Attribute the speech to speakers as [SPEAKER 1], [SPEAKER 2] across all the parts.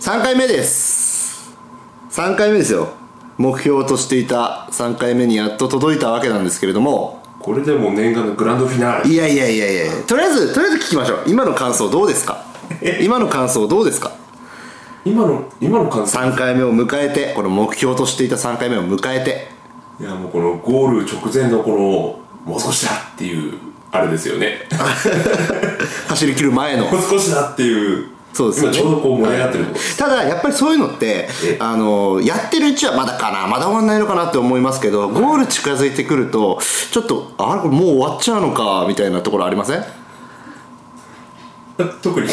[SPEAKER 1] 3回目です3回目ですよ目標としていた3回目にやっと届いたわけなんですけれども
[SPEAKER 2] これでもう念願のグランドフィナーレ
[SPEAKER 1] いやいやいやいやとりあえずとりあえず聞きましょう今の感想どうですか今の感想どうですか
[SPEAKER 2] 今の今の感想
[SPEAKER 1] 3回目を迎えてこの目標としていた3回目を迎えて
[SPEAKER 2] いやもうこのゴール直前のこのもう少しだっていうあれですよね
[SPEAKER 1] 走り切る前の
[SPEAKER 2] もう少しだっていう
[SPEAKER 1] そうですよ
[SPEAKER 2] 今
[SPEAKER 1] ね
[SPEAKER 2] ちょうどこう盛り上がってるところ
[SPEAKER 1] ただやっぱりそういうのって
[SPEAKER 2] え
[SPEAKER 1] あのやってるうちはまだかなまだ終わんないのかなって思いますけどゴール近づいてくるとちょっとあれこれもう終わっちゃうのかみたいなところありません
[SPEAKER 2] 特に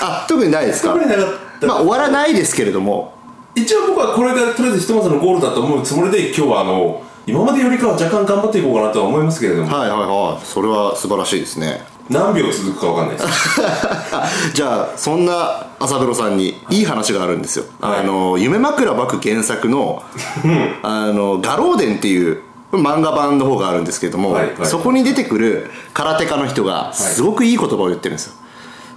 [SPEAKER 1] あ特にないですか
[SPEAKER 2] 特になかった
[SPEAKER 1] まあ終わらないですけれども
[SPEAKER 2] 一応僕はこれがとりあえずひとまずのゴールだと思うつもりで今日はあの今までよりかは若干頑張っていこうかなとは思いますけれども
[SPEAKER 1] はいはいはいそれは素晴らしいですね
[SPEAKER 2] 何秒続くかわかんないです
[SPEAKER 1] あ じゃあそんな朝風呂さんにいい話があるんですよ、
[SPEAKER 2] はい
[SPEAKER 1] あの夢枕幕原作の「あのガローデン」っていう漫画版の方があるんですけども、
[SPEAKER 2] はいはい
[SPEAKER 1] そこに出てくる空手家の人がすごくいい言葉を言ってるんですよ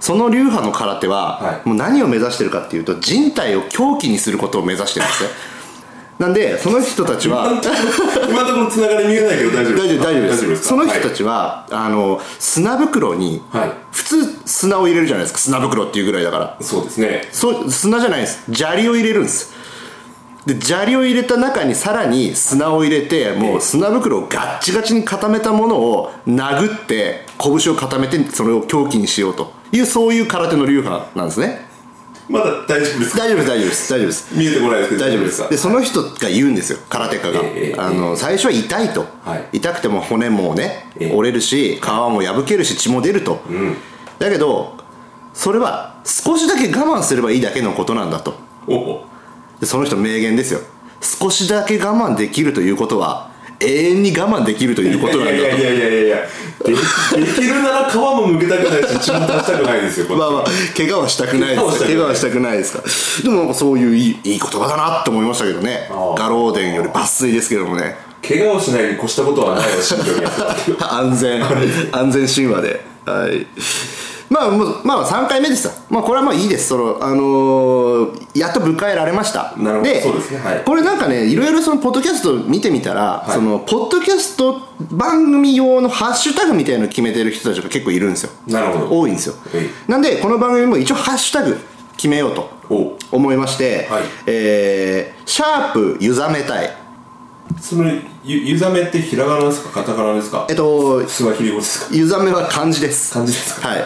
[SPEAKER 1] その流派の空手は、
[SPEAKER 2] はい
[SPEAKER 1] もう何を目指してるかっていうと人体を狂気にすることを目指してるんですねなんでその人た ちは
[SPEAKER 2] 今のところつながり見えないけど大丈夫
[SPEAKER 1] 大丈夫大丈夫です
[SPEAKER 2] か
[SPEAKER 1] その人た
[SPEAKER 2] はい
[SPEAKER 1] ちは、あの砂袋に、
[SPEAKER 2] はい
[SPEAKER 1] 普通砂を入れるじゃないですか砂袋っていうぐらいだから
[SPEAKER 2] そうですね
[SPEAKER 1] そう砂じゃないです砂利を入れるんですで砂利を入れた中にさらに砂を入れてもう砂袋をガッチガチに固めたものを殴って拳を固めてそれを凶器にしようというそういう空手の流派なんですね
[SPEAKER 2] まだ大丈夫ですか
[SPEAKER 1] 大丈夫です大丈夫です大丈夫です
[SPEAKER 2] 見えてこないですけど
[SPEAKER 1] 大丈夫です
[SPEAKER 2] か
[SPEAKER 1] でその人が言うんですよ空手家が、
[SPEAKER 2] ええええ
[SPEAKER 1] あの最初は痛いと、
[SPEAKER 2] はい
[SPEAKER 1] 痛くても骨もね、
[SPEAKER 2] ええ
[SPEAKER 1] 折れるし皮も破けるし血も出ると、だけどそれは少しだけ我慢すればいいだけのことなんだと
[SPEAKER 2] おお
[SPEAKER 1] でその人名言ですよ少しだけ我慢できるということは永遠に我慢できるということなんだと
[SPEAKER 2] いやいやいやいやいやでできるなら皮もむけたくないし血も出したくないですよこれ
[SPEAKER 1] まあまあ怪我はしたくないです怪
[SPEAKER 2] 怪
[SPEAKER 1] 我
[SPEAKER 2] 我
[SPEAKER 1] は
[SPEAKER 2] は
[SPEAKER 1] したくないですからでもなんかそういういいいい言葉だなって思いましたけどね
[SPEAKER 2] ああ
[SPEAKER 1] 画廊伝より抜粋ですけどもね
[SPEAKER 2] 怪我をしないに越したことはないよ慎重にやってたっていう
[SPEAKER 1] 安全安全神話ではいまあもうまあ3回目でしたまあこれはまあいいですそのあのーやっと迎えられました
[SPEAKER 2] なるほどそうですねはい
[SPEAKER 1] これなんかねいろいろそのポッドキャスト見てみたら、
[SPEAKER 2] い
[SPEAKER 1] そのポッドキャスト番組用のハッシュタグみたいの決めてる人たちが結構いるんですよ
[SPEAKER 2] なるほど
[SPEAKER 1] 多いんですよ
[SPEAKER 2] え
[SPEAKER 1] なんでこの番組も一応ハッシュタグ決めようと
[SPEAKER 2] お
[SPEAKER 1] 思いまして、
[SPEAKER 2] はい
[SPEAKER 1] えーシャープゆざめたい
[SPEAKER 2] そのゆゆざめってひらがなですかカタカナですか
[SPEAKER 1] えっと
[SPEAKER 2] スワヒリ語ですか
[SPEAKER 1] ゆざめは漢字です
[SPEAKER 2] 漢字ですか
[SPEAKER 1] はい。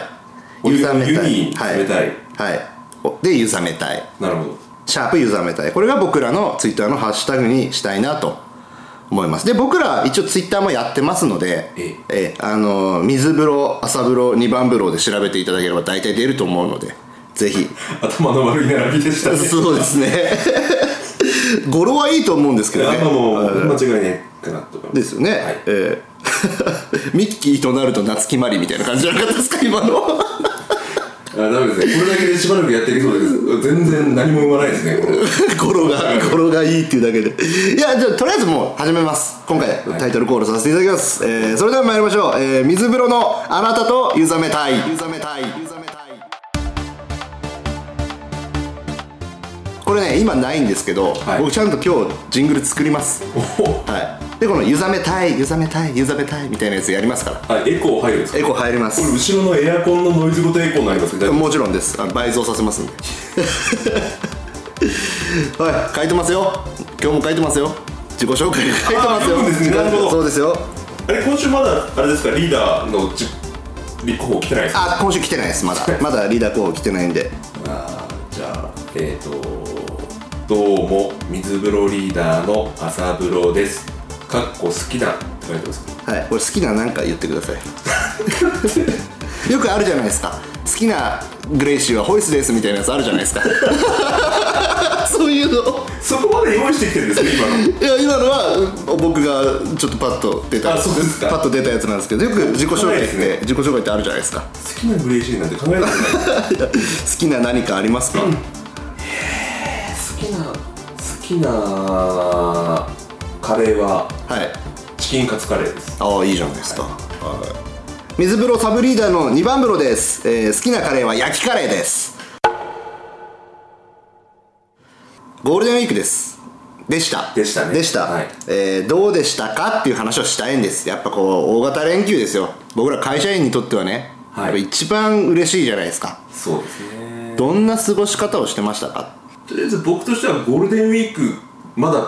[SPEAKER 2] お湯
[SPEAKER 1] 湯冷めたい。
[SPEAKER 2] 湯に
[SPEAKER 1] は
[SPEAKER 2] 冷めたい
[SPEAKER 1] はい。おで、湯冷めたい。
[SPEAKER 2] なるほど
[SPEAKER 1] シャープ湯冷めたい。これが僕らのツイッターのハッシュタグにしたいなと思います。で、僕ら一応ツイッターもやってますので、
[SPEAKER 2] え
[SPEAKER 1] えあのー水風呂、朝風呂、二番風呂で調べていただければ大体出ると思うので、ぜ ひ。
[SPEAKER 2] 頭の悪い並びでしたね
[SPEAKER 1] そうですね。 語呂はいいと思うんですけど
[SPEAKER 2] あ
[SPEAKER 1] ね。
[SPEAKER 2] んまもう間違いないかなと思います
[SPEAKER 1] ですよね、
[SPEAKER 2] はい
[SPEAKER 1] え ーミッキーとなると夏木マリみたいな感じじゃなかったですか今の
[SPEAKER 2] あダメですねこれだけでしばらくやっていきそうです全然何も生まないですねこれ
[SPEAKER 1] 語呂が語呂がいいっていうだけでいやじゃあとりあえずもう始めます今回
[SPEAKER 2] はい
[SPEAKER 1] タイトルコールさせていただきます、えーそれでは参りましょう、えー水風呂のあなたと湯冷めたい湯冷めたい湯冷めたいこれね今ないんですけど、
[SPEAKER 2] はい
[SPEAKER 1] 僕ちゃんと今日ジングル作ります
[SPEAKER 2] お
[SPEAKER 1] はいでこの「湯冷めたい湯冷めたい湯冷めたい」みたいなやつやりますから
[SPEAKER 2] あエコー入るんですか
[SPEAKER 1] エコ入ります
[SPEAKER 2] これ後ろのエアコンのノイズごとエコーになりますけど
[SPEAKER 1] もちろんですあの倍増させますんで はい書いてますよ今日も書いてますよ自己紹介に書いてますよ
[SPEAKER 2] あーそうですねなるほど
[SPEAKER 1] そうですよ
[SPEAKER 2] あれ今週まだあれですかリーダーのじ立候補来てないですか
[SPEAKER 1] あ今週来てないですま だまだリーダー候補来てないんで
[SPEAKER 2] あーじゃあえっ、ー、とどうも水風呂リーダーの朝風呂ですかっこ好きなって書いてますか
[SPEAKER 1] はい俺好きななんか言ってくだ さいよくあるじゃないですか好きなグレイシーはホイスですみたいなやつあるじゃないですか そういうの
[SPEAKER 2] そこまで用意してきてるんですね今の
[SPEAKER 1] いや今のはう僕がちょっとパッと出た
[SPEAKER 2] あそうですか
[SPEAKER 1] パッと出たやつなんですけどよく自己紹介って、
[SPEAKER 2] はい
[SPEAKER 1] 自己紹介ってあるじゃないですか
[SPEAKER 2] 好きなグレイシーなんて考えたことな
[SPEAKER 1] 好
[SPEAKER 2] い
[SPEAKER 1] きな何かありますか、
[SPEAKER 2] 好きな好きなカレーは
[SPEAKER 1] はい
[SPEAKER 2] チキンカツカレーです
[SPEAKER 1] ああいいじゃないですか、はい水風呂サブリーダーの2番風呂です、えー好きなカレーは焼きカレーですゴールデンウィークですでした
[SPEAKER 2] でしたね
[SPEAKER 1] でした、
[SPEAKER 2] はい
[SPEAKER 1] えーどうでしたかっていう話をしたいんですやっぱこう大型連休ですよ僕ら会社員にとってはね、
[SPEAKER 2] はい
[SPEAKER 1] やっぱ一番嬉しいじゃないですか
[SPEAKER 2] そうですね
[SPEAKER 1] どんな過ごし方をしてました か
[SPEAKER 2] とりあえず僕としてはゴールデンウィークまだ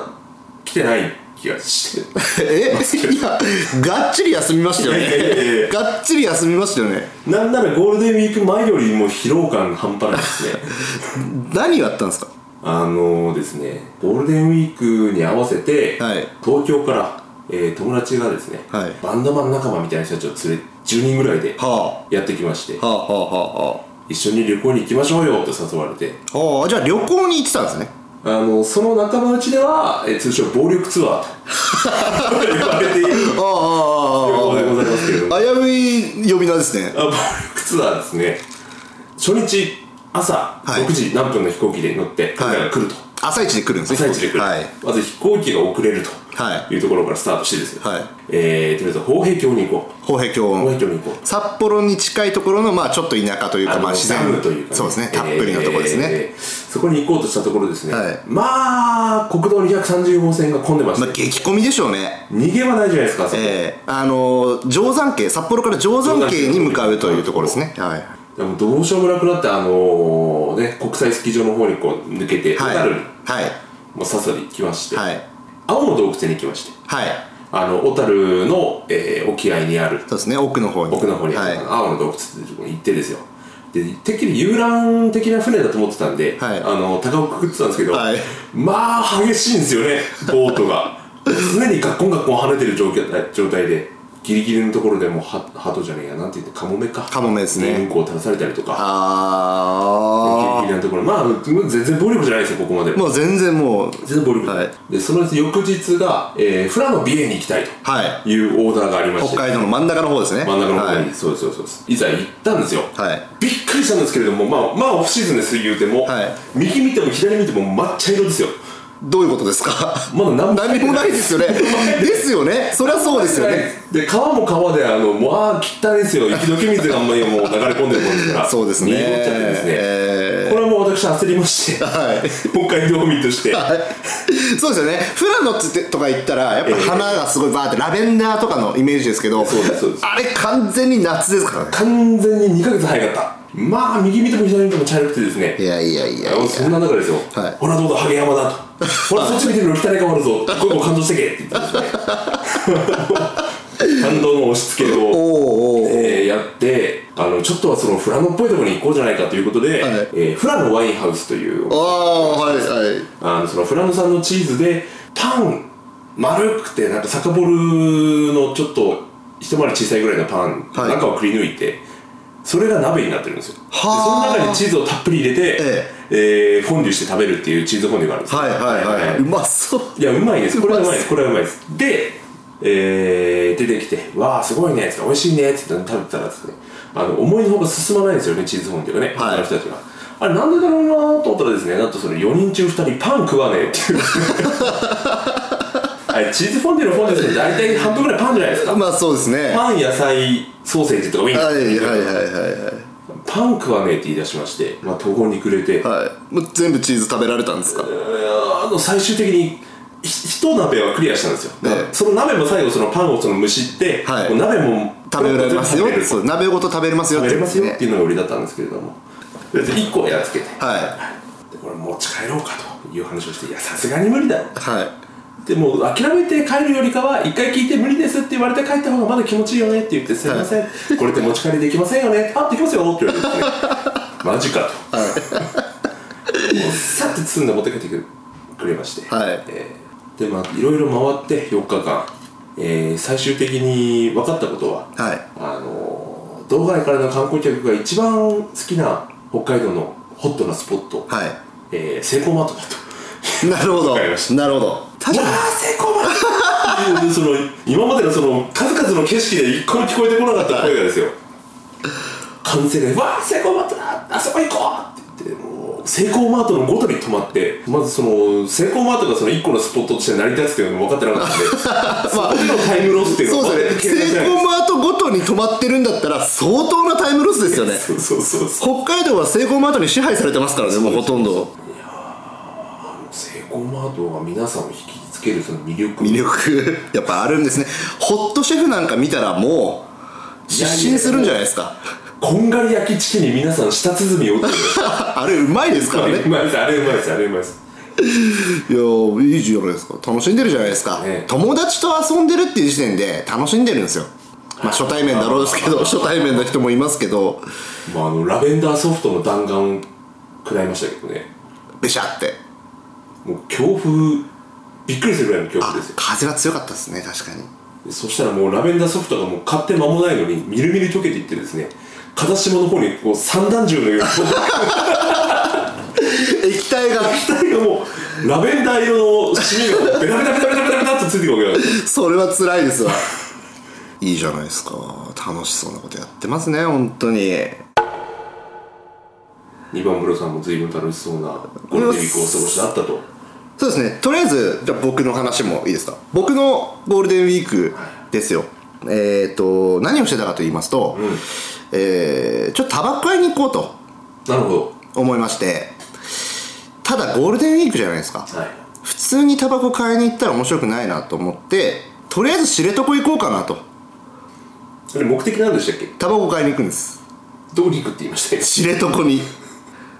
[SPEAKER 2] 来てない気がして
[SPEAKER 1] えいやがっちり休みましたよ
[SPEAKER 2] いやいやいやいや
[SPEAKER 1] ねがっちり休みましたよね
[SPEAKER 2] なんならゴールデンウィーク前よりも疲労感半端ない ですね
[SPEAKER 1] 何やったんですか
[SPEAKER 2] あのですねゴールデンウィークに合わせて、
[SPEAKER 1] はい
[SPEAKER 2] 東京から、えー友達がですね、
[SPEAKER 1] はい
[SPEAKER 2] バンドマン仲間みたいな人たちを連れ10人ぐらいで
[SPEAKER 1] は
[SPEAKER 2] やってきまして
[SPEAKER 1] あはあはあは
[SPEAKER 2] 一緒に旅行に行きましょうよって誘われて
[SPEAKER 1] あはあじゃあ旅行に行ってたんですね
[SPEAKER 2] あのその仲間内では、えー通称暴力ツアー と呼ばれている旅
[SPEAKER 1] あああ
[SPEAKER 2] 行でございますけれども
[SPEAKER 1] ああああ危うい呼び名ですね
[SPEAKER 2] あ暴力ツアーですね初日朝
[SPEAKER 1] はい
[SPEAKER 2] 6時何分の飛行機で乗って彼らが来ると、
[SPEAKER 1] 朝一で来るんですね
[SPEAKER 2] 朝一で来る、
[SPEAKER 1] はい
[SPEAKER 2] まず飛行機が遅れると
[SPEAKER 1] は
[SPEAKER 2] いうところからスタートしてですね、
[SPEAKER 1] はい
[SPEAKER 2] えー、とりあえず豊平峡に行こ
[SPEAKER 1] 宝平峡
[SPEAKER 2] う豊平峡に行こう
[SPEAKER 1] 札幌に近いところのまあちょっと田舎というかまあ自然
[SPEAKER 2] ダムというか、
[SPEAKER 1] そうですねたっぷりのところですね、
[SPEAKER 2] えーそこに行こうとしたところですね、
[SPEAKER 1] はい
[SPEAKER 2] まあ国道230号線が混んでました、
[SPEAKER 1] まあ激混みでしょうね
[SPEAKER 2] 逃げ場ないじゃないですかあそこ
[SPEAKER 1] ええあの定山渓札幌から定山渓に向かうというところですねはい
[SPEAKER 2] でもどうしようもなくなってあのーね国際スキー場の方にこう抜けて小
[SPEAKER 1] はい
[SPEAKER 2] 樽、
[SPEAKER 1] はい
[SPEAKER 2] もうさっさと行きまして、
[SPEAKER 1] はい
[SPEAKER 2] 青の洞窟に行きまして
[SPEAKER 1] はい
[SPEAKER 2] あの小樽の、えー沖合にある
[SPEAKER 1] そうですね奥の方に
[SPEAKER 2] 奥の方にあ
[SPEAKER 1] はい
[SPEAKER 2] る、青の洞窟っていうところに行ってですよでてっきり遊覧的な船だと思ってたんで、
[SPEAKER 1] はい
[SPEAKER 2] あの高をくくってたんですけど、
[SPEAKER 1] はい
[SPEAKER 2] まあ激しいんですよねボートが常にガッコンガッコン跳ねてる状況状態でギリギリのところでもうハハトじゃねえやなんて言ってカモメか
[SPEAKER 1] カモメですね
[SPEAKER 2] にうんこを垂らされたりとかギリ
[SPEAKER 1] あ
[SPEAKER 2] ギリのところまあ全然暴力じゃないですよここまで
[SPEAKER 1] あもう全然もう
[SPEAKER 2] 全然暴力、
[SPEAKER 1] はい
[SPEAKER 2] でその翌日が、えー、フラの美瑛に行きたいと
[SPEAKER 1] はい
[SPEAKER 2] いうオーダーがありまして
[SPEAKER 1] 北海道の真ん中の方ですね
[SPEAKER 2] 真ん中の方に、
[SPEAKER 1] は
[SPEAKER 2] そうですそうですそうですいざ行ったんですよ、
[SPEAKER 1] い、はい
[SPEAKER 2] びっくりしたんですけれどもまあまあオフシーズンです言うても、
[SPEAKER 1] はい
[SPEAKER 2] 右見ても左見ても抹茶色ですよ
[SPEAKER 1] どういうことですか
[SPEAKER 2] まだ何も
[SPEAKER 1] 何もないですよ ねですよねそりゃそうですよね
[SPEAKER 2] で川も川であのまあ汚いですよ雪解け水があんまりもう流れ込んでるもんですから
[SPEAKER 1] そうですね
[SPEAKER 2] 濁っちゃってですね、
[SPEAKER 1] え
[SPEAKER 2] これはもう私焦りまして
[SPEAKER 1] ーはい
[SPEAKER 2] 北海道民として
[SPEAKER 1] はいそうですよね富良野ってとか言ったらやっぱ花がすごいバーってラベンダーとかのイメージですけど
[SPEAKER 2] そうですそうです
[SPEAKER 1] あれ完全に夏ですからね
[SPEAKER 2] 完全に2ヶ月早かったまあ右見ても左見ても茶色くてですね
[SPEAKER 1] いやいやいやいや
[SPEAKER 2] そんな中ですよ、
[SPEAKER 1] はい
[SPEAKER 2] ほらどうだハゲ山 だとほらそっち見てみろ汚い顔あるぞこれも感動してけって言ってですね感動の押し付けを、
[SPEAKER 1] おうおう
[SPEAKER 2] えーやってあのちょっとはそのフラノっぽいところに行こうじゃないかということで、
[SPEAKER 1] はい
[SPEAKER 2] えーフラノワインハウスという
[SPEAKER 1] ああはいはい
[SPEAKER 2] あのそのフラノさんのチーズでパン丸くてなんか酒ボルのちょっと一回り小さいぐらいのパン、
[SPEAKER 1] はい
[SPEAKER 2] 中をくり抜いてそれが鍋になってるんですよでその
[SPEAKER 1] はあ
[SPEAKER 2] 中にチーズをたっぷり入れて、
[SPEAKER 1] え
[SPEAKER 2] えーフォンデュして食べるっていうチーズフォンデュがあるんですよ
[SPEAKER 1] はいはいはい
[SPEAKER 2] いう
[SPEAKER 1] まそう
[SPEAKER 2] やうまいですこれはうまいで
[SPEAKER 1] う
[SPEAKER 2] すこれはうまいですで、えー出てきて「わあすごいね」っつって「美味しいね」っつって食べてたらですねあの思いのほか進まないんですよねチーズフォンデュがね、
[SPEAKER 1] はい
[SPEAKER 2] 他の人たちがあれなんでだろうなと思ったらですねなんとその4人中2人パン食わねえ っていうあれチーズフォンデュのフォンデュって大体半分ぐらいパンじゃないですか
[SPEAKER 1] まあそうですねは
[SPEAKER 2] パン野菜ソーセージとかウィン
[SPEAKER 1] い
[SPEAKER 2] ナー
[SPEAKER 1] はいはいはいはい
[SPEAKER 2] パン食わねえって言い出しまして、まあ、途方に暮れて、
[SPEAKER 1] はいもう全部チーズ食べられたんですか
[SPEAKER 2] あの最終的にひ一鍋はクリアしたんですよ、
[SPEAKER 1] ええ
[SPEAKER 2] その鍋も最後そのパンをその蒸しって、
[SPEAKER 1] はい
[SPEAKER 2] もう鍋も
[SPEAKER 1] 食べられますよ
[SPEAKER 2] 食べれる
[SPEAKER 1] そう鍋ごと食べれますよっ
[SPEAKER 2] 食
[SPEAKER 1] て
[SPEAKER 2] べれますよ
[SPEAKER 1] ね
[SPEAKER 2] っていうのが売りだったんですけれども1個やっつけて
[SPEAKER 1] は
[SPEAKER 2] でこれ持ち帰ろうかという話をしていやさすがに無理だろ
[SPEAKER 1] いはい
[SPEAKER 2] でもう諦めて帰るよりかは一回聞いて無理ですって言われて帰った方がまだ気持ちいいよねって言ってすいません、これって持ち帰りできませんよねあできますよって言われてですねマジかと、もうさって包んで持って帰ってくれまして、
[SPEAKER 1] はい
[SPEAKER 2] えーでまあいろいろ回って4日間、えー最終的に分かったことは、
[SPEAKER 1] はい
[SPEAKER 2] あのー道外からの観光客が一番好きな北海道のホットなスポット、
[SPEAKER 1] は
[SPEAKER 2] えーセイコーマートだと。
[SPEAKER 1] いなるほど
[SPEAKER 2] わかりまし
[SPEAKER 1] なるほど確かに
[SPEAKER 2] わあ成功までその今までのその数々の景色で一個も聞こえてこなかった声がですよ完成で「わあ成功マートだあそこ行こう!」って言ってもう成功マートのごとに泊まってまずその成功マートがその一個のスポットとして成り立つっていうのも分かってな かったんで、そこでのタイムロスっていうの
[SPEAKER 1] そうですよねセイコーマートごとに止まってるんだったら相当なタイムロスですよね
[SPEAKER 2] そうそうそうそう
[SPEAKER 1] 北海道はセイコーマートに支配されてますからねもうほとんど
[SPEAKER 2] 成コーマートが皆さんを引きつけるその魅力
[SPEAKER 1] 魅力やっぱあるんですねホットシェフなんか見たらもう失神するんじゃないですか
[SPEAKER 2] こんがり焼きチキンに皆さん舌鼓を打っ てる
[SPEAKER 1] あれうまいですから
[SPEAKER 2] あ
[SPEAKER 1] ね
[SPEAKER 2] れうまいですあれうまいですあれうまいです
[SPEAKER 1] いやーいいじゃないですか楽しんでるじゃないですか、
[SPEAKER 2] ね
[SPEAKER 1] 友達と遊んでるっていう時点で楽しんでるんですよまあ初対面だろうですけど初対面の人もいますけど
[SPEAKER 2] まああのラベンダーソフトの弾丸食らいましたけどね
[SPEAKER 1] べしゃって
[SPEAKER 2] もう強風びっくりするぐらいの強
[SPEAKER 1] あ
[SPEAKER 2] 風ですよ
[SPEAKER 1] 風が強かったですね確かに
[SPEAKER 2] でそしたらもうラベンダーソフトがもう買って間もないのにみるみる溶けていってですね片下の方にこう散弾銃のように
[SPEAKER 1] 液体が
[SPEAKER 2] 二人がもうラベンダー色のシミがベタベタベタベタベタベタっとついてくるわけなんです
[SPEAKER 1] それは辛いですわ いいじゃないですか楽しそうなことやってますね本当に
[SPEAKER 2] 2番風呂さんも随分楽しそうなゴールデンウィークをお過ごしだったと
[SPEAKER 1] そうですねとりあえずじゃあ僕の話もいいですか僕のゴールデンウィークですよえっ、と何をしてたかと言いますと、
[SPEAKER 2] ん
[SPEAKER 1] えーちょっとタバコ買いに行こうと
[SPEAKER 2] なるほど
[SPEAKER 1] 思いましてただゴールデンウィークじゃないですか
[SPEAKER 2] はい
[SPEAKER 1] 普通にタバコ買いに行ったら面白くないなと思ってとりあえず知床行こうかなと
[SPEAKER 2] それ目的なんでしたっけ
[SPEAKER 1] タバコ買いに行くんです
[SPEAKER 2] どこに行くって言いましたよ
[SPEAKER 1] 知床に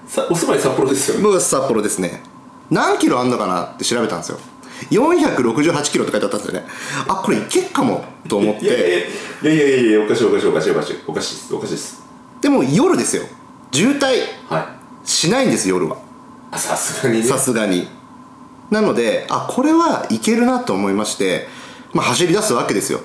[SPEAKER 2] さお住まい札幌ですよね
[SPEAKER 1] 僕は札幌ですね何キロあんのかなって調べたんですよ468キロって書いてあったんですよねあこれいけっかもと思っ
[SPEAKER 2] いやいや
[SPEAKER 1] て
[SPEAKER 2] いやいやいやいやおかしいおかしいおかしいおかしいおかしいですおかしいです
[SPEAKER 1] でも夜ですよ渋滞
[SPEAKER 2] はい
[SPEAKER 1] しないんです夜は
[SPEAKER 2] あさすがにね
[SPEAKER 1] さすがになのであこれはいけるなと思いまして、まあ、走り出すわけですよ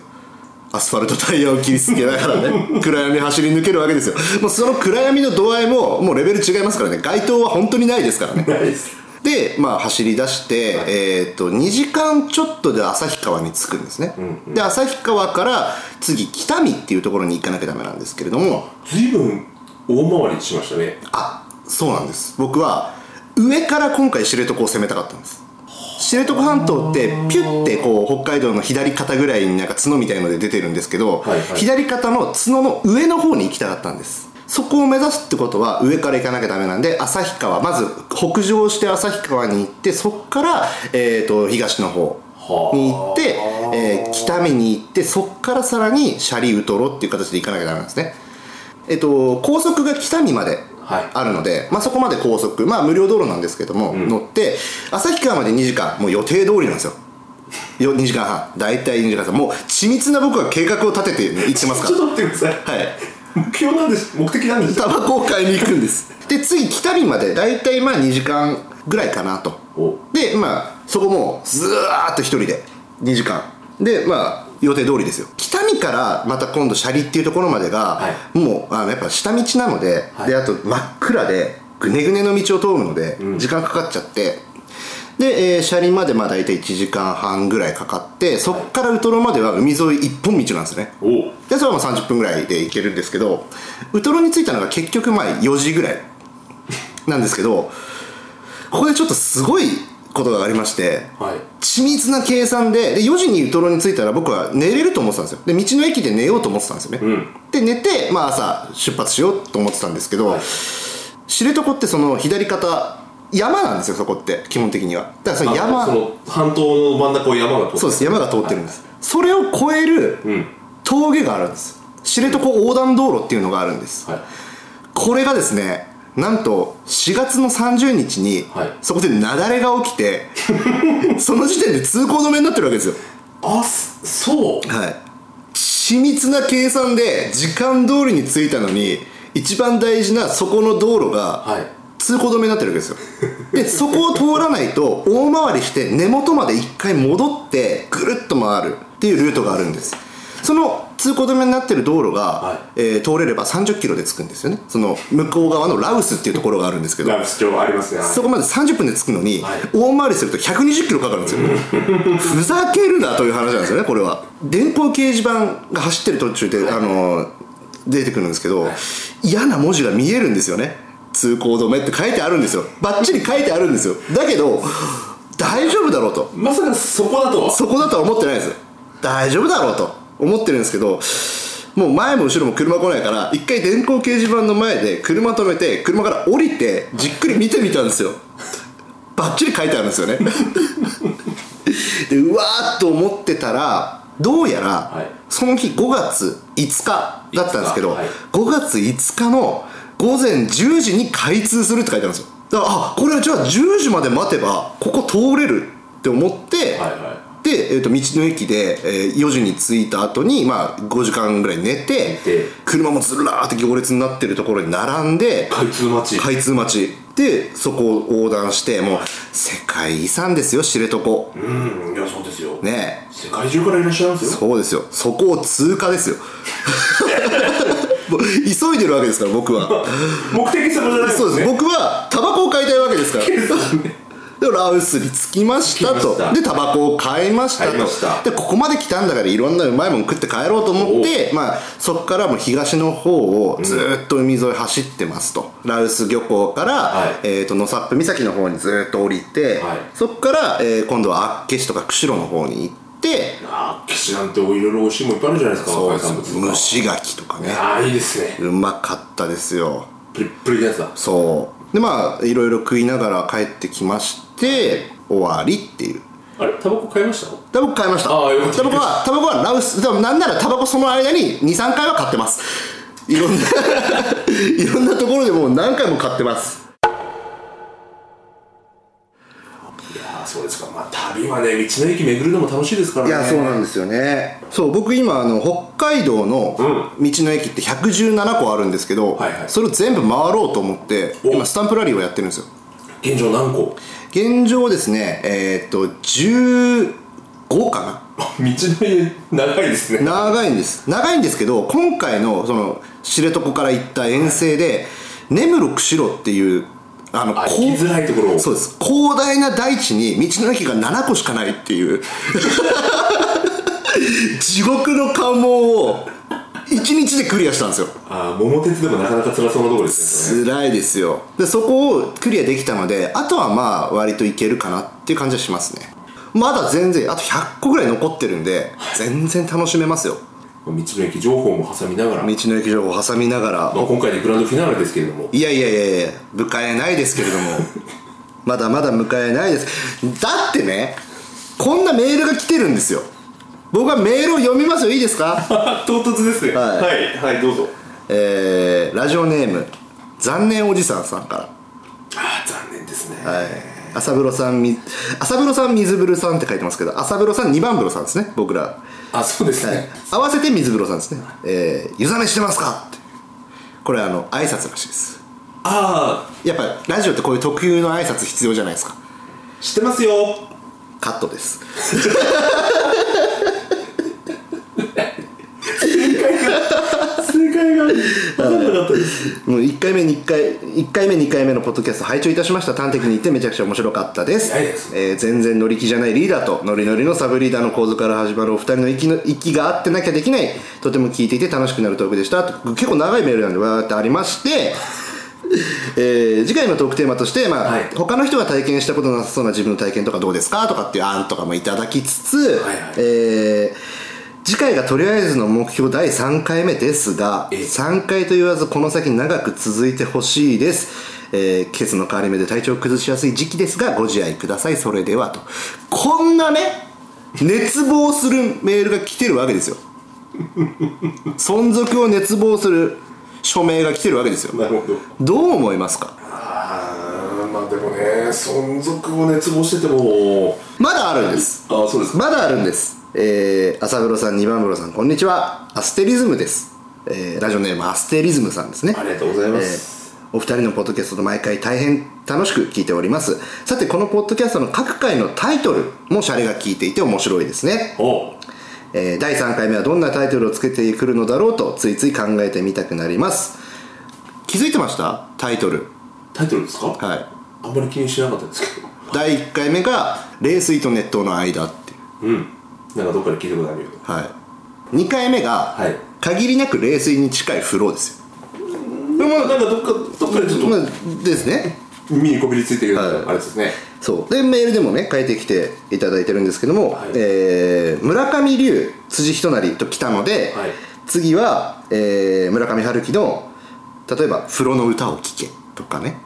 [SPEAKER 1] アスファルトタイヤを切りつけながら ね暗闇走り抜けるわけですよもうその暗闇の度合いももうレベル違いますからね街灯は本当にないですからね
[SPEAKER 2] ないです
[SPEAKER 1] で、まあ、走り出して、えー、と2時間ちょっとで旭川に着くんですね、で旭川から次北見っていうところに行かなきゃダメなんですけれども
[SPEAKER 2] 随分大回りしましたね
[SPEAKER 1] あそうなんです僕は上から今回知床を攻めたかったんです知床半島ってピュッてこう北海道の左肩ぐらいになんか角みたいので出てるんですけど、
[SPEAKER 2] はいはい
[SPEAKER 1] 左肩の角の上の方に行きたかったんですそこを目指すってことは上から行かなきゃダメなんで旭川まず北上して旭川に行ってそこから、えー、と東の方に行って、えー北見に行ってそこからさらにシャリウトロっていう形で行かなきゃダメなんですねえっと、高速が北見まで
[SPEAKER 2] はい
[SPEAKER 1] あるので、まあ、そこまで高速、まあ、無料道路なんですけども、乗って旭川まで2時間もう予定通りなんですよよ2時間半大体2時間半もう緻密な僕は計画を立ててね行ってます か
[SPEAKER 2] ちょっと待ってください
[SPEAKER 1] らはい
[SPEAKER 2] 目標なんです目的なんです
[SPEAKER 1] タバコを買いに行くんですで次北見まで大体まあ2時間ぐらいかなと
[SPEAKER 2] お
[SPEAKER 1] でまあそこもうずーっと一人で2時間でまあ予定通りですよ北見からまた今度斜里っていうところまでが、
[SPEAKER 2] は
[SPEAKER 1] もうあのやっぱ下道なので、
[SPEAKER 2] はい
[SPEAKER 1] であと真っ暗でぐねぐねの道を通るので時間かかっちゃって、で、えー斜里までまあ大体1時間半ぐらいかかってそっからウトロまでは海沿い一本道なんですね
[SPEAKER 2] お
[SPEAKER 1] でそれはまあ30分ぐらいで行けるんですけどウトロに着いたのが結局まあ4時ぐらいなんですけどここでちょっとすごいことがありまして
[SPEAKER 2] はい
[SPEAKER 1] 緻密な計算でで4時にウトロに着いたら僕は寝れると思ってたんですよで道の駅で寝ようと思ってたんですよね、
[SPEAKER 2] うん
[SPEAKER 1] で寝て、まあ、朝出発しようと思ってたんですけど、
[SPEAKER 2] はい
[SPEAKER 1] 知床ってその左肩山なんですよそこって基本的にはだからその山
[SPEAKER 2] あその半島の真ん中を山が通
[SPEAKER 1] そうです山が通ってるんです、それを越える
[SPEAKER 2] うん
[SPEAKER 1] 峠があるんです知床横断道路っていうのがあるんです
[SPEAKER 2] はい
[SPEAKER 1] これがですねなんと4月の30日に、
[SPEAKER 2] はい
[SPEAKER 1] そこで雪崩が起きて その時点で通行止めになってるわけですよ
[SPEAKER 2] あすそう
[SPEAKER 1] はい緻密な計算で時間通りに着いたのに一番大事なそこの道路が、
[SPEAKER 2] はい
[SPEAKER 1] 通行止めになってるわけですよでそこを通らないと大回りして根元まで一回戻ってぐるっと回るっていうルートがあるんですその通行止めになってる道路が、
[SPEAKER 2] は
[SPEAKER 1] えー通れれば3 0キロで着くんですよねその向こう側のラウスっていうところがあるんですけど
[SPEAKER 2] ラブ主張ありますね
[SPEAKER 1] そこまで30分で着くのに、
[SPEAKER 2] はい
[SPEAKER 1] 大回りすると120キロかかるん ですよふざけるなという話なんですよねこれは電光掲示板が走ってる途中で、あの出てくるんですけど、嫌な文字が見えるんですよね通行止めって書いてあるんですよバッチリ書いてあるんですよだけど大丈夫だろうと
[SPEAKER 2] まさかそこだとは
[SPEAKER 1] そこだとは思ってないです大丈夫だろうと思ってるんですけどもう前も後ろも車来ないから一回電光掲示板の前で車止めて車から降りてじっくり見てみたんですよバッチリ書いてあるんですよねでうわーっと思ってたらどうや
[SPEAKER 2] は
[SPEAKER 1] ら
[SPEAKER 2] い
[SPEAKER 1] その日5月5日だったんですけど、
[SPEAKER 2] 5日はい
[SPEAKER 1] 5月5日の午前10時に開通するって書いてあるんですよだからあこれじゃあ10時まで待てばここ通れるって思って、
[SPEAKER 2] はいは
[SPEAKER 1] で、えー、と道の駅で、えー4時に着いた後にまあ5時間ぐらい寝て
[SPEAKER 2] 寝て
[SPEAKER 1] 車もずらーって行列になってるところに並んで
[SPEAKER 2] い開通待ち、
[SPEAKER 1] 開通待ちでそこを横断してもう世界遺産ですよ知床
[SPEAKER 2] うんいやそうですよ、
[SPEAKER 1] ねえ
[SPEAKER 2] 世界中からいらっしゃいますよ
[SPEAKER 1] そうですよそこを通過ですよ もう急いでるわけですから僕は
[SPEAKER 2] 目的そこじゃないです
[SPEAKER 1] そうです
[SPEAKER 2] ね
[SPEAKER 1] 僕はタバコを買いたいわけですからでラウスに着きましたと
[SPEAKER 2] 着きました
[SPEAKER 1] でタバコを買いました
[SPEAKER 2] 買いま
[SPEAKER 1] と
[SPEAKER 2] した
[SPEAKER 1] でここまで来たんだからいろんなうまいもん食って帰ろうと思って、まあ、そこからもう東の方をずーっと海沿い走ってますと、ラウス漁港から、
[SPEAKER 2] は
[SPEAKER 1] えー、と野サップ岬の方にずーっと降りて、
[SPEAKER 2] はい
[SPEAKER 1] そこから、えー今度は厚岸とか釧路の方に行って
[SPEAKER 2] あー岸なんていろいろ美味しいもんいっぱいあるじゃないですか
[SPEAKER 1] そう
[SPEAKER 2] 若い
[SPEAKER 1] で
[SPEAKER 2] 産
[SPEAKER 1] す
[SPEAKER 2] 物とか
[SPEAKER 1] 虫垣とかね
[SPEAKER 2] ああいいですね
[SPEAKER 1] うまかったですよ
[SPEAKER 2] プリップリのやつだ
[SPEAKER 1] そうでまあいろいろ食いながら帰ってきまして終わりっていう
[SPEAKER 2] あれタバコ買いました
[SPEAKER 1] タバコ買いました
[SPEAKER 2] ああよかった
[SPEAKER 1] タバコはタバコはラウスでもなんならタバコその間に23回は買ってますいろんな いろんなところでもう何回も買ってます
[SPEAKER 2] いやーそうですかまあ旅はね道の駅巡るのも楽しいですから
[SPEAKER 1] い
[SPEAKER 2] ね
[SPEAKER 1] やそうなんですよねそう僕今あの北海道の道の駅って117個あるんですけど、
[SPEAKER 2] はいはい
[SPEAKER 1] それを全部回ろうと思って
[SPEAKER 2] お
[SPEAKER 1] 今スタンプラリーをやってるんですよ
[SPEAKER 2] 現状何個
[SPEAKER 1] 現状ですねえーっと15かな
[SPEAKER 2] 道の駅長いですね
[SPEAKER 1] 長いんです長いんですけど今回のその知床から行った遠征で根室釧路っていうあの
[SPEAKER 2] あ
[SPEAKER 1] こう
[SPEAKER 2] 行きづらいところを
[SPEAKER 1] そうです広大な大地に道の駅が7個しかないっていう地獄の関門を1日でクリアしたんですよ
[SPEAKER 2] あー桃鉄でもなかなか辛そうなところですよね
[SPEAKER 1] 辛いですよでそこをクリアできたのであとはまあ割といけるかなっていう感じはしますねまだ全然あと100個ぐらい残ってるんで全然楽しめますよ
[SPEAKER 2] 道の駅情報も挟みながら、ま
[SPEAKER 1] 道の駅情報を挟みながら
[SPEAKER 2] あ、今回でグランドフィナーレですけれども
[SPEAKER 1] いやいやいやいや迎えないですけれどもまだまだ迎えないですだってねこんなメールが来てるんですよ僕はメールを読みますよいいですか
[SPEAKER 2] 唐突ですね
[SPEAKER 1] はい
[SPEAKER 2] はい、はい、どうぞ
[SPEAKER 1] えー、ラジオネーム残念おじさんさんか
[SPEAKER 2] ああ残念ですね、
[SPEAKER 1] らはい朝風呂さんみ朝風呂さん水風呂さんって書いてますけど朝風呂さん二番風呂さんですね僕ら
[SPEAKER 2] あそうですね、
[SPEAKER 1] 合わせて水風呂さんですね「えー、湯冷めしてますか?」ってこれあの挨拶らしいです
[SPEAKER 2] あ
[SPEAKER 1] やっぱラジオってこういう特有の挨拶必要じゃないですか
[SPEAKER 2] あ知ってますよ
[SPEAKER 1] カットです
[SPEAKER 2] 正解が分かんなかったです
[SPEAKER 1] もう1回目に1回1回目2回目のポッドキャスト拝聴いたしました端的に言ってめちゃくちゃ面白かったです
[SPEAKER 2] はいです
[SPEAKER 1] えー全然乗り気じゃないリーダーとノリノリのサブリーダーの構図から始まるお二人の息の息が合ってなきゃできないとても聞いていて楽しくなるトークでしたと結構長いメールなんでわーってありましてえー次回のトークテーマとして、まあ
[SPEAKER 2] はい
[SPEAKER 1] 他の人が体験したことなさそうな自分の体験とかどうですかとかっていう案とかもいただきつつ、
[SPEAKER 2] はい
[SPEAKER 1] えー次回がとりあえずの目標第3回目ですが
[SPEAKER 2] ええ
[SPEAKER 1] 3回と言わずこの先長く続いてほしいです、えー季節の変わり目で体調を崩しやすい時期ですがご自愛くださいそれではとこんなね熱望するメールが来てるわけですよ存続を熱望する署名が来てるわけですよ
[SPEAKER 2] なるほど
[SPEAKER 1] どう思いますか
[SPEAKER 2] ああまあでもね存続を熱望してても
[SPEAKER 1] まだあるんです
[SPEAKER 2] ああそうですか
[SPEAKER 1] まだあるんですえー、朝風呂さん二番風呂さんこんにちはアステリズムです、えーラジオネームアステリズムさんですね
[SPEAKER 2] ありがとうございます
[SPEAKER 1] えーお二人のポッドキャストと毎回大変楽しく聞いておりますさてこのポッドキャストの各回のタイトルもシャレが効いていて面白いですね
[SPEAKER 2] お
[SPEAKER 1] えー第3回目はどんなタイトルをつけてくるのだろうとついつい考えてみたくなります気づいてましたタイトル
[SPEAKER 2] タイトルですか、
[SPEAKER 1] はい
[SPEAKER 2] あんまり気にしなかったんですけど
[SPEAKER 1] 第1回目が「冷水と熱湯の間」っていう
[SPEAKER 2] うんなんかどっかで聞いたことあるよ
[SPEAKER 1] はい2回目が、
[SPEAKER 2] はい
[SPEAKER 1] 限りなく冷水に近いフローです
[SPEAKER 2] でもなんかどっかどっかでちょ
[SPEAKER 1] よ、ま
[SPEAKER 2] っ
[SPEAKER 1] あ、ですね
[SPEAKER 2] と耳にこびりついてるよう
[SPEAKER 1] はい
[SPEAKER 2] なあれですね
[SPEAKER 1] そうでメールでもね書いてきていただいてるんですけども、
[SPEAKER 2] はい
[SPEAKER 1] えー村上龍辻仁成と来たので、
[SPEAKER 2] はい
[SPEAKER 1] 次は、えー村上春樹の例えば「風呂の歌を聴け」とかね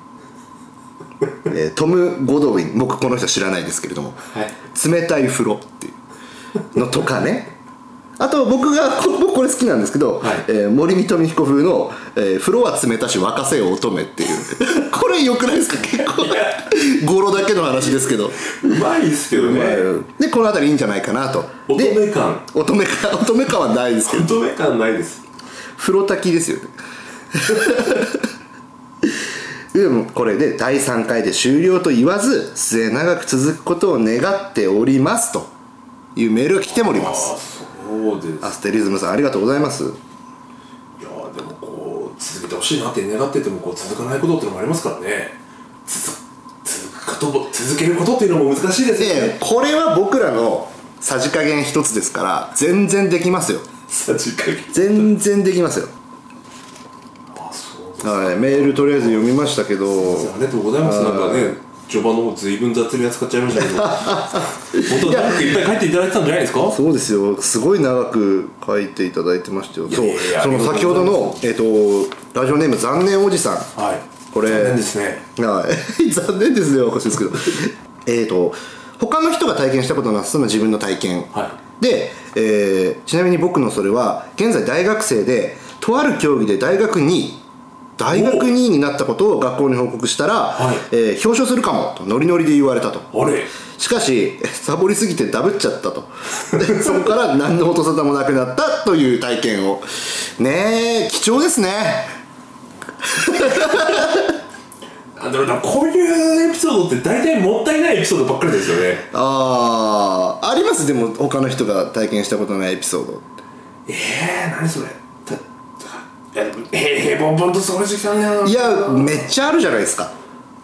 [SPEAKER 1] えートム・ゴドウィン僕この人知らないですけれども
[SPEAKER 2] はい
[SPEAKER 1] 「冷たい風呂」っていうのとかねあと僕がこ僕これ好きなんですけど、
[SPEAKER 2] はい
[SPEAKER 1] えー森見富彦風の、えー風呂は冷たし沸かせよ乙女」っていう これ良くないです か結構語呂だけの話ですけど、
[SPEAKER 2] うまいですけどね
[SPEAKER 1] でこの辺りいいんじゃないかなと
[SPEAKER 2] 乙
[SPEAKER 1] で
[SPEAKER 2] 女感
[SPEAKER 1] 乙女か 乙女感はないですけど
[SPEAKER 2] 乙女感ないです
[SPEAKER 1] 風呂炊きですよ ねでもこれで第3回で終了と言わず末永く続くことを願っておりますというメールが来ており
[SPEAKER 2] あ
[SPEAKER 1] ます
[SPEAKER 2] そうです
[SPEAKER 1] アステリズムさんありがとうございます
[SPEAKER 2] いやーでもこう続けてほしいなって願っててもこう続かないことってのもありますからね続続くことも続けることっていうのも難しいですよ
[SPEAKER 1] で
[SPEAKER 2] ね
[SPEAKER 1] これは僕らのさじ加減一つですから全然できますよ
[SPEAKER 2] さじ加減
[SPEAKER 1] 全然できますよ
[SPEAKER 2] あそうですか
[SPEAKER 1] はいメールとりあえず読みましたけど
[SPEAKER 2] ありがとうございますなんかね序盤の方ずいぶん雑に扱っちゃいましたけ ど本当はなんかいっぱい書いていただいてたんじゃないですか
[SPEAKER 1] そうですよすごい長く書いていただいてましたよ
[SPEAKER 2] や
[SPEAKER 1] そう
[SPEAKER 2] いやいや
[SPEAKER 1] その先ほどのえっ、とラジオネーム残念おじさん
[SPEAKER 2] はい
[SPEAKER 1] これ
[SPEAKER 2] 残念ですね
[SPEAKER 1] はい、 残念ですねおかしいですけどえっと他の人が体験したことのないその自分の体験、
[SPEAKER 2] は
[SPEAKER 1] で、えーちなみに僕のそれは現在大学生でとある競技で大学2位大学2位になったことを学校に報告したら、
[SPEAKER 2] はい
[SPEAKER 1] えー表彰するかもとノリノリで言われたと
[SPEAKER 2] あれ
[SPEAKER 1] しかし サボりすぎてダブっちゃったとで そこから何の音沙汰もなくなったという体験をねえ貴重ですね
[SPEAKER 2] なんだろうなこういうエピソードって大体もったいないエピソードばっかりですよね
[SPEAKER 1] ああありますでも他の人が体験したことないエピソード
[SPEAKER 2] ええー、何それたたいやでも平々凡々と過ごしてきたんだよない
[SPEAKER 1] やめっちゃあるじゃないですか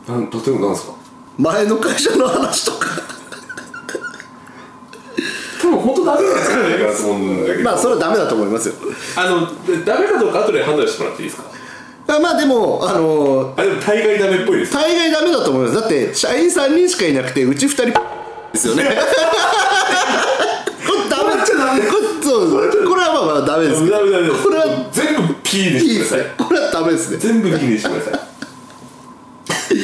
[SPEAKER 2] なん例えばなんですか
[SPEAKER 1] 前の会社の話とか
[SPEAKER 2] 多分本当ダメなんですかね
[SPEAKER 1] まあそれはダメだと思いますよ
[SPEAKER 2] あのダメかどうか後で判断してもらっていいですか
[SPEAKER 1] あまあでもあのー
[SPEAKER 2] あでも大概ダメっぽいです
[SPEAKER 1] 大概ダメだと思いますだって社員3人しかいなくてうち2人ですよねこれダメ
[SPEAKER 2] これちょっとダメ
[SPEAKER 1] これそうこれはまあまあダメです
[SPEAKER 2] ダ
[SPEAKER 1] け
[SPEAKER 2] メ
[SPEAKER 1] ど
[SPEAKER 2] ダメダメです
[SPEAKER 1] これは
[SPEAKER 2] 全部 P に
[SPEAKER 1] い
[SPEAKER 2] し
[SPEAKER 1] い
[SPEAKER 2] て
[SPEAKER 1] で
[SPEAKER 2] く
[SPEAKER 1] す
[SPEAKER 2] だ
[SPEAKER 1] ね
[SPEAKER 2] さい
[SPEAKER 1] これはダメですね
[SPEAKER 2] 全部 P にしてください
[SPEAKER 1] い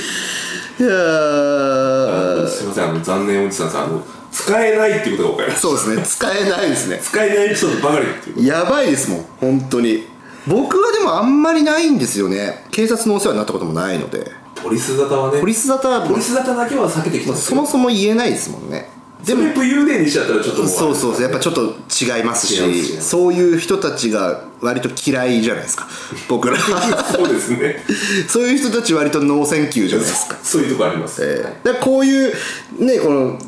[SPEAKER 1] やー
[SPEAKER 2] すいませんあの残念おじさんさんあの使えないっていうことが分かります
[SPEAKER 1] そうですね使えないですね
[SPEAKER 2] 使えないエピソードばかりっていうこ
[SPEAKER 1] やばいですもん本当に僕はでもあんまりないんですよね警察のお世話になったこともないので
[SPEAKER 2] とポリス沙汰はね
[SPEAKER 1] ポリス沙汰は
[SPEAKER 2] ポリス沙汰だけは避けてきたんです
[SPEAKER 1] そ
[SPEAKER 2] けど
[SPEAKER 1] もそも言えないですもんねで
[SPEAKER 2] で
[SPEAKER 1] も
[SPEAKER 2] も武勇伝にしちゃったらちょっともう
[SPEAKER 1] そうそうそうやっぱちょっと違います
[SPEAKER 2] 違います違い
[SPEAKER 1] し
[SPEAKER 2] ます
[SPEAKER 1] そういう人たちが割と嫌いじゃないですか僕ら
[SPEAKER 2] そうですね
[SPEAKER 1] そういう人たち割とノーセンキューじゃないですか
[SPEAKER 2] そういうとこあります、
[SPEAKER 1] えーだからこういうねこの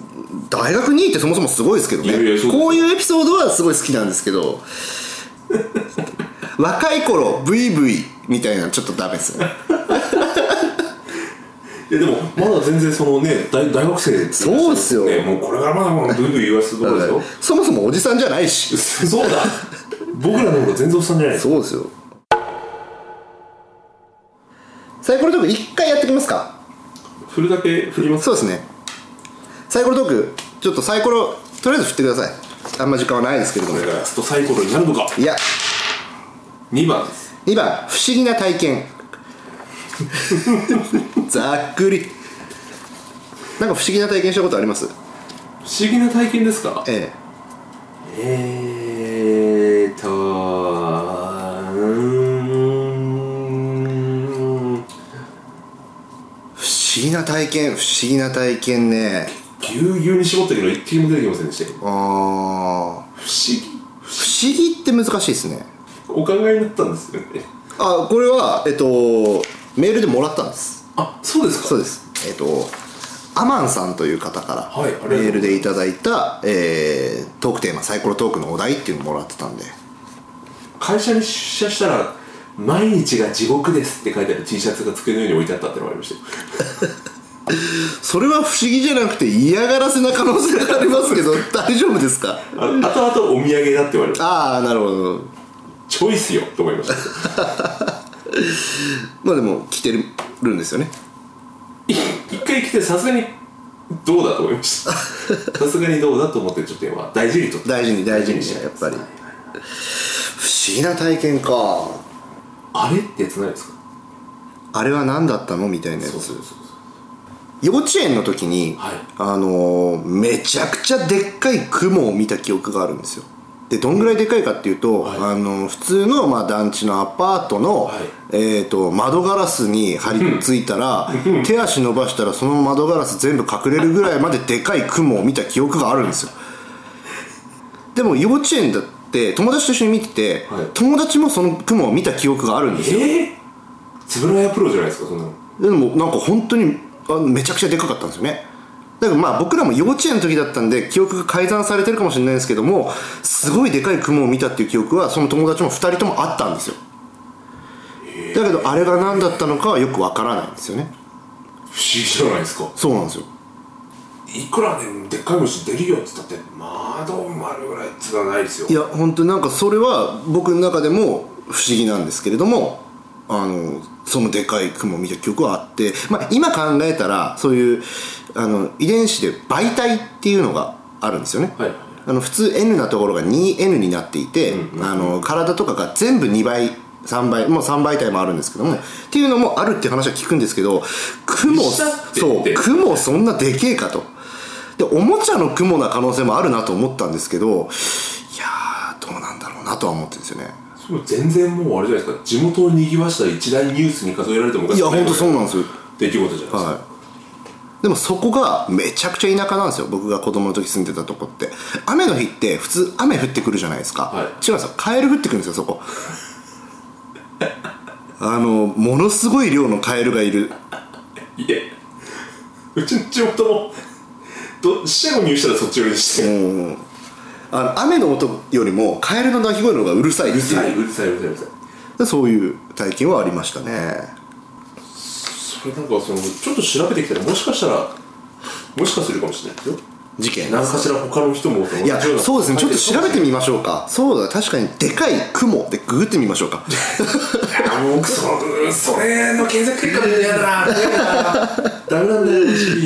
[SPEAKER 1] 大学に位ってそもそもすごいですけどね
[SPEAKER 2] いやいやそうです
[SPEAKER 1] こういうエピソードはすごい好きなんですけ ど若い頃ブイブイみたいなのちょっとダメですよね
[SPEAKER 2] いやでもまだ全然そのね大大学生
[SPEAKER 1] そうっすよ
[SPEAKER 2] ねもうこれからまだまだブイブイ言わせるところで
[SPEAKER 1] そもそもおじさんじゃないし
[SPEAKER 2] すよそうだ僕らの方が全然おっさんじゃないです
[SPEAKER 1] そうですよサイコロトーク一回やってきますか
[SPEAKER 2] 振るだけ振ります
[SPEAKER 1] そうですねサイコロトークちょっとサイコロとりあえず振ってくださいあんま時間はないですけれど
[SPEAKER 2] こ
[SPEAKER 1] も
[SPEAKER 2] れがラストサイコロになるのか
[SPEAKER 1] いや
[SPEAKER 2] 2番です
[SPEAKER 1] 2番不思議な体験 ざっくりなんか不思議な体験したことあります
[SPEAKER 2] 不思議な体験ですか
[SPEAKER 1] え
[SPEAKER 2] えーとうーん
[SPEAKER 1] え不思議な体験不思議な体験ね
[SPEAKER 2] ぎゅうぎゅうに絞ったけど一滴も出てきませんでしたけ
[SPEAKER 1] あー
[SPEAKER 2] ど不思議
[SPEAKER 1] 不思議って難しいですね
[SPEAKER 2] お考えになったんですよね
[SPEAKER 1] あこれはえっとメールでもらったんです
[SPEAKER 2] あそうですか
[SPEAKER 1] そうですえっとアマンさんという方から、
[SPEAKER 2] はいありがとうございます
[SPEAKER 1] メールでいただいた、えートークテーマサイコロトークのお題っていうのをもらってたんで
[SPEAKER 2] 会社に出社したら「毎日が地獄です」って書いてある T シャツが机の上に置いてあったってのがありました
[SPEAKER 1] それは不思議じゃなくて嫌がらせな可能性があります けど大丈夫ですか
[SPEAKER 2] ああとあとお土産だって言われました
[SPEAKER 1] ああなるほど
[SPEAKER 2] チョイスよと思いました
[SPEAKER 1] まあでも来てるんですよね
[SPEAKER 2] い一回来てさすがにどうだと思い ましたさすがにどうだと思ってちょっと今大事にとって
[SPEAKER 1] 大事に大事にねやっぱり不思議な体験か
[SPEAKER 2] あれってやつないですか
[SPEAKER 1] あれは何だったのみたいなや
[SPEAKER 2] そう
[SPEAKER 1] つ
[SPEAKER 2] そうそう
[SPEAKER 1] 幼稚園の時に、
[SPEAKER 2] はい
[SPEAKER 1] あのーめちゃくちゃでっかい雲を見た記憶があるんですよでどんぐらいでっかいかっていうと、
[SPEAKER 2] はい
[SPEAKER 1] あのー普通の、まあ、団地のアパートの、
[SPEAKER 2] はい
[SPEAKER 1] えー、と窓ガラスに張り付いたら手足伸ばしたらその窓ガラス全部隠れるぐらいまででかい雲を見た記憶があるんですよでも幼稚園だって友達と一緒に見てて、
[SPEAKER 2] はい
[SPEAKER 1] 友達もその雲を見た記憶があるんですよ
[SPEAKER 2] ええつぶらやプロじゃないですかそんなの
[SPEAKER 1] でもなんか本当にあのめちゃくちゃでかかったんですよねだからまあ僕らも幼稚園の時だったんで記憶が改ざんされてるかもしれないんですけどもすごいでかい雲を見たっていう記憶はその友達も2人ともあったんですよだけどあれが何だったのかはよくわからないんですよね
[SPEAKER 2] 不思議じゃないですか
[SPEAKER 1] そうなんですよ
[SPEAKER 2] いくらねでっかい虫出るよって言ったって窓丸ぐらいつがないですよ
[SPEAKER 1] いや本当になんかそれは僕の中でも不思議なんですけれどもあのそのでかい雲を見た記憶はあって、まあ、今考えたらそういうあの遺伝子で媒体っていうのがあるんですよね、
[SPEAKER 2] はい
[SPEAKER 1] あの普通 N なところが 2N になっていて、あの体とかが全部2倍3倍もう3倍体もあるんですけどもっていうのもあるって話は聞くんですけど雲
[SPEAKER 2] 一緒だって
[SPEAKER 1] そう雲そんなでけえかとでおもちゃの雲な可能性もあるなと思ったんですけどいやーどうなんだろうなとは思ってるんですよね
[SPEAKER 2] それ全然もうあれじゃないですか地元を賑わした一大ニュースに数えられてもおか
[SPEAKER 1] い
[SPEAKER 2] し
[SPEAKER 1] や
[SPEAKER 2] くない
[SPEAKER 1] 本当そうなんですよ
[SPEAKER 2] 出来事じゃないですか、
[SPEAKER 1] はい、でもそこがめちゃくちゃ田舎なんですよ僕が子供の時住んでたとこって雨の日って普通雨降ってくるじゃないですか、
[SPEAKER 2] は
[SPEAKER 1] 違
[SPEAKER 2] い
[SPEAKER 1] うんですよカエル降ってくるんですよそこ あのものすごい量のカエルがいる
[SPEAKER 2] いやうちの地元もど四捨五入したらそっち寄りでして
[SPEAKER 1] あの雨の音よりもカエルの鳴き声の方がうるさいっていう
[SPEAKER 2] うるさいうるさいうるさい
[SPEAKER 1] でそういう体験はありましたね
[SPEAKER 2] それなんかそのちょっと調べてきたらもしかしたらもしかするかもしれないですよ
[SPEAKER 1] 事件
[SPEAKER 2] 何かしら他の人も同じよ
[SPEAKER 1] いや
[SPEAKER 2] うな
[SPEAKER 1] そうですねちょっと調べて
[SPEAKER 2] み
[SPEAKER 1] みましょうかそうだ確かにでかい雲でググってみましょう か
[SPEAKER 2] もうそそれの検索結果で嫌だな嫌だなダメなんだよ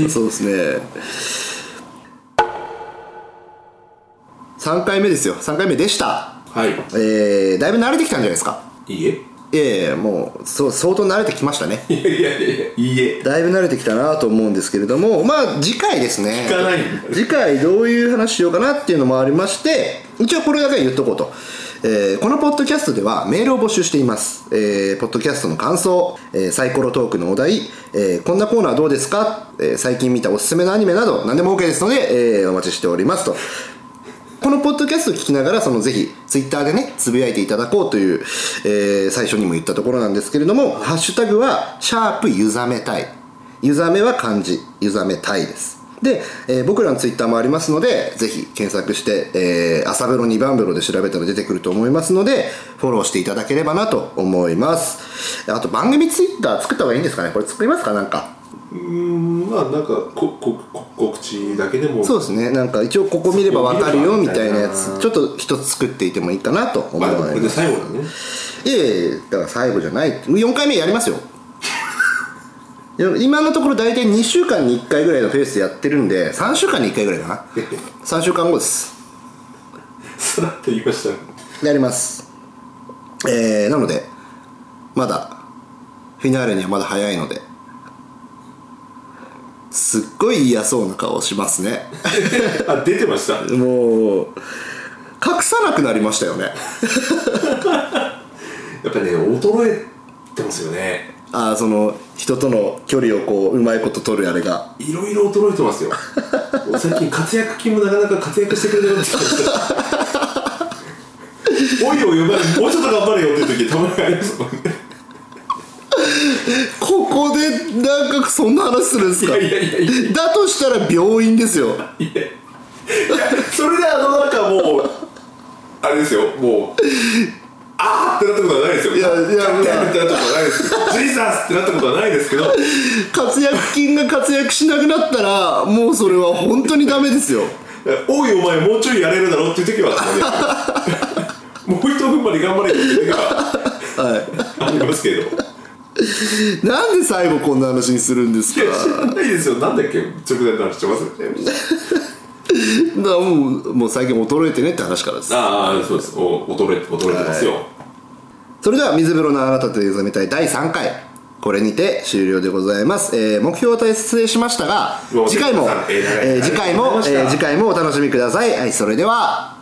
[SPEAKER 1] そうですね3回目ですよ3回目でした
[SPEAKER 2] は
[SPEAKER 1] えー、だいぶ慣れてきたんじゃないですか
[SPEAKER 2] いいいえ
[SPEAKER 1] ええもうそう相当慣れてきましたね
[SPEAKER 2] いやいやいやいやいいえ
[SPEAKER 1] だいぶ慣れてきたなと思うんですけれどもまあ次回ですね
[SPEAKER 2] 聞かない
[SPEAKER 1] 次回どういう話しようかなっていうのもありまして一応これだけは言っとこうと、えーこのポッドキャストではメールを募集しています、えーポッドキャストの感想、えーサイコロトークのお題、えーこんなコーナーどうですか、えー最近見たおすすめのアニメなど何でも OK ですので、えーお待ちしておりますとこのポッドキャストを聞きながらそのぜひツイッターでねつぶやいていただこうという、えー最初にも言ったところなんですけれどもハッシュタグは「シャープゆざめたい」ゆざめは漢字ゆざめたいですで、えー僕らのツイッターもありますのでぜひ検索して、えー朝風呂2番風呂で調べたら出てくると思いますのでフォローしていただければなと思いますあと番組ツイッター作った方がいいんですかねこれ作りますかなんか
[SPEAKER 2] うーんまあなんかこここ告知だけでも
[SPEAKER 1] そうですねなんか一応ここ見ればわかるよみたいなやつちょっと一つ作っていてもいいかなと思い
[SPEAKER 2] まあ
[SPEAKER 1] ま
[SPEAKER 2] でもこ
[SPEAKER 1] す
[SPEAKER 2] れで最後だね
[SPEAKER 1] いやいやいやだから最後じゃない4回目やりますよいや今のところ大体2週間に1回ぐらいのペースでやってるんで3週間に1回ぐらいかな3週間後です
[SPEAKER 2] さらっと言いましたね
[SPEAKER 1] やりますえー、なのでまだフィナーレにはまだ早いのですっごい嫌そうな顔しますね
[SPEAKER 2] あ出てました
[SPEAKER 1] もう隠さなくなりましたよね
[SPEAKER 2] やっぱね衰えてますよね
[SPEAKER 1] ああその人との距離をこううまいこと取るあれが
[SPEAKER 2] いろいろ衰えてますよ 最近活躍金もなかなか活躍してくれなくなってきましたおいおいお前もうちょっと頑張れよっていう時たまにありますも んね
[SPEAKER 1] ここでなんかそんな話するんですか
[SPEAKER 2] いやいやいやい
[SPEAKER 1] だとしたら病院ですよ
[SPEAKER 2] いやいやそれであのなんかもうあれですよもうあーってなったことはないですよ
[SPEAKER 1] いやいや
[SPEAKER 2] ガッてなったことはないですけどジーザスってなったことはないですけど
[SPEAKER 1] 活躍金が活躍しなくなったらもうそれは本当にダメですよ
[SPEAKER 2] おいお前もうちょいやれるだろっていう時はあ ったのでもう一踏ん張り頑張れよっていう時はありますけどい
[SPEAKER 1] なんで最後こんな話にするんですか
[SPEAKER 2] や知らないですよなんだっけ直前の話してます
[SPEAKER 1] だからもうもう最近衰えてねって話からです
[SPEAKER 2] ああそうですお衰えて衰えてますよ、
[SPEAKER 1] それでは水風呂のあなたと目覚めたい第3回これにて終了でございます、えー目標を達成しましたが
[SPEAKER 2] うわ
[SPEAKER 1] 次回も
[SPEAKER 2] お疲れ様でした
[SPEAKER 1] えー次回も、えー次回もお楽しみくださいはいそれでは